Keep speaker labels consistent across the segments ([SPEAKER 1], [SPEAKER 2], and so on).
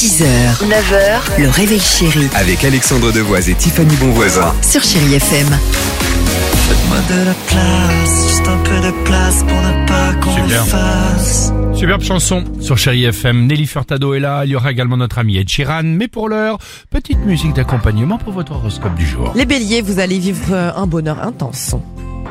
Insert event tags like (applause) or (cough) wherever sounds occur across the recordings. [SPEAKER 1] 6h, 9h, le réveil chéri
[SPEAKER 2] Avec Alexandre Devoise et Tiffany Bonvoisin.
[SPEAKER 1] sur Chérie FM.
[SPEAKER 3] Moi de la place, juste un peu de place pour ne pas qu'on
[SPEAKER 4] C'est bien.
[SPEAKER 3] me fasse.
[SPEAKER 4] Superbe chanson sur Chéri FM. Nelly Furtado est là. Il y aura également notre ami Ed Sheeran. Mais pour l'heure, petite musique d'accompagnement pour votre horoscope du jour.
[SPEAKER 5] Les béliers, vous allez vivre euh, un bonheur intense.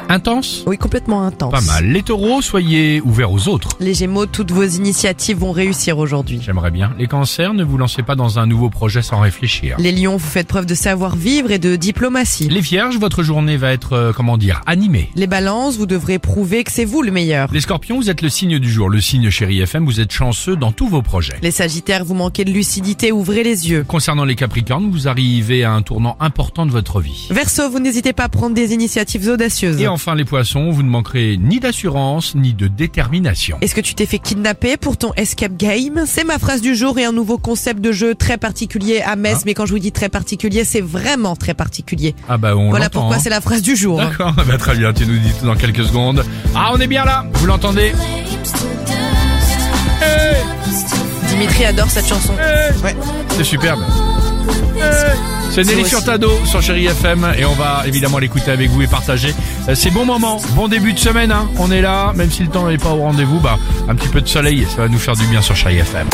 [SPEAKER 4] Intense
[SPEAKER 5] Oui, complètement intense.
[SPEAKER 4] Pas mal. Les taureaux, soyez ouverts aux autres.
[SPEAKER 5] Les gémeaux, toutes vos initiatives vont réussir aujourd'hui.
[SPEAKER 4] J'aimerais bien. Les cancers, ne vous lancez pas dans un nouveau projet sans réfléchir.
[SPEAKER 5] Les lions, vous faites preuve de savoir-vivre et de diplomatie.
[SPEAKER 4] Les vierges, votre journée va être, euh, comment dire, animée.
[SPEAKER 5] Les balances, vous devrez prouver que c'est vous le meilleur.
[SPEAKER 4] Les scorpions, vous êtes le signe du jour. Le signe Chéri FM, vous êtes chanceux dans tous vos projets.
[SPEAKER 5] Les sagittaires, vous manquez de lucidité, ouvrez les yeux.
[SPEAKER 4] Concernant les capricornes, vous arrivez à un tournant important de votre vie.
[SPEAKER 5] Verseau, vous n'hésitez pas à prendre des initiatives audacieuses.
[SPEAKER 4] Et enfin, les poissons, vous ne manquerez ni d'assurance, ni de détermination.
[SPEAKER 5] Est-ce que tu t'es fait kidnapper pour ton escape game C'est ma phrase du jour et un nouveau concept de jeu très particulier à Metz. Mais quand je vous dis très particulier, c'est vraiment très particulier.
[SPEAKER 4] Ah bah on
[SPEAKER 5] voilà
[SPEAKER 4] l'entend,
[SPEAKER 5] pourquoi
[SPEAKER 4] hein.
[SPEAKER 5] c'est la phrase du jour.
[SPEAKER 4] D'accord, (laughs) bah très bien, tu nous dis tout dans quelques secondes. Ah, on est bien là, vous l'entendez
[SPEAKER 6] Flames to dust. Lovers to
[SPEAKER 5] Dimitri adore cette chanson.
[SPEAKER 4] C'est superbe.
[SPEAKER 6] fall in this time.
[SPEAKER 4] C'est Nelly
[SPEAKER 5] aussi.
[SPEAKER 4] Furtado sur Chéri FM et on va évidemment l'écouter avec vous et partager euh, ces bons moments. Bon début de semaine, hein. on est là, même si le temps n'est pas au rendez-vous, bah un petit peu de soleil, ça va nous faire du bien sur Chéri FM.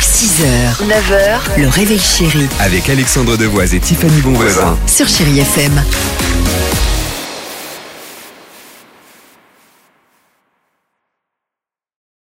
[SPEAKER 1] 6h, 9h, le réveil chéri
[SPEAKER 2] Avec Alexandre Devoise et Tiffany Bonvoisin.
[SPEAKER 1] sur Chérie FM.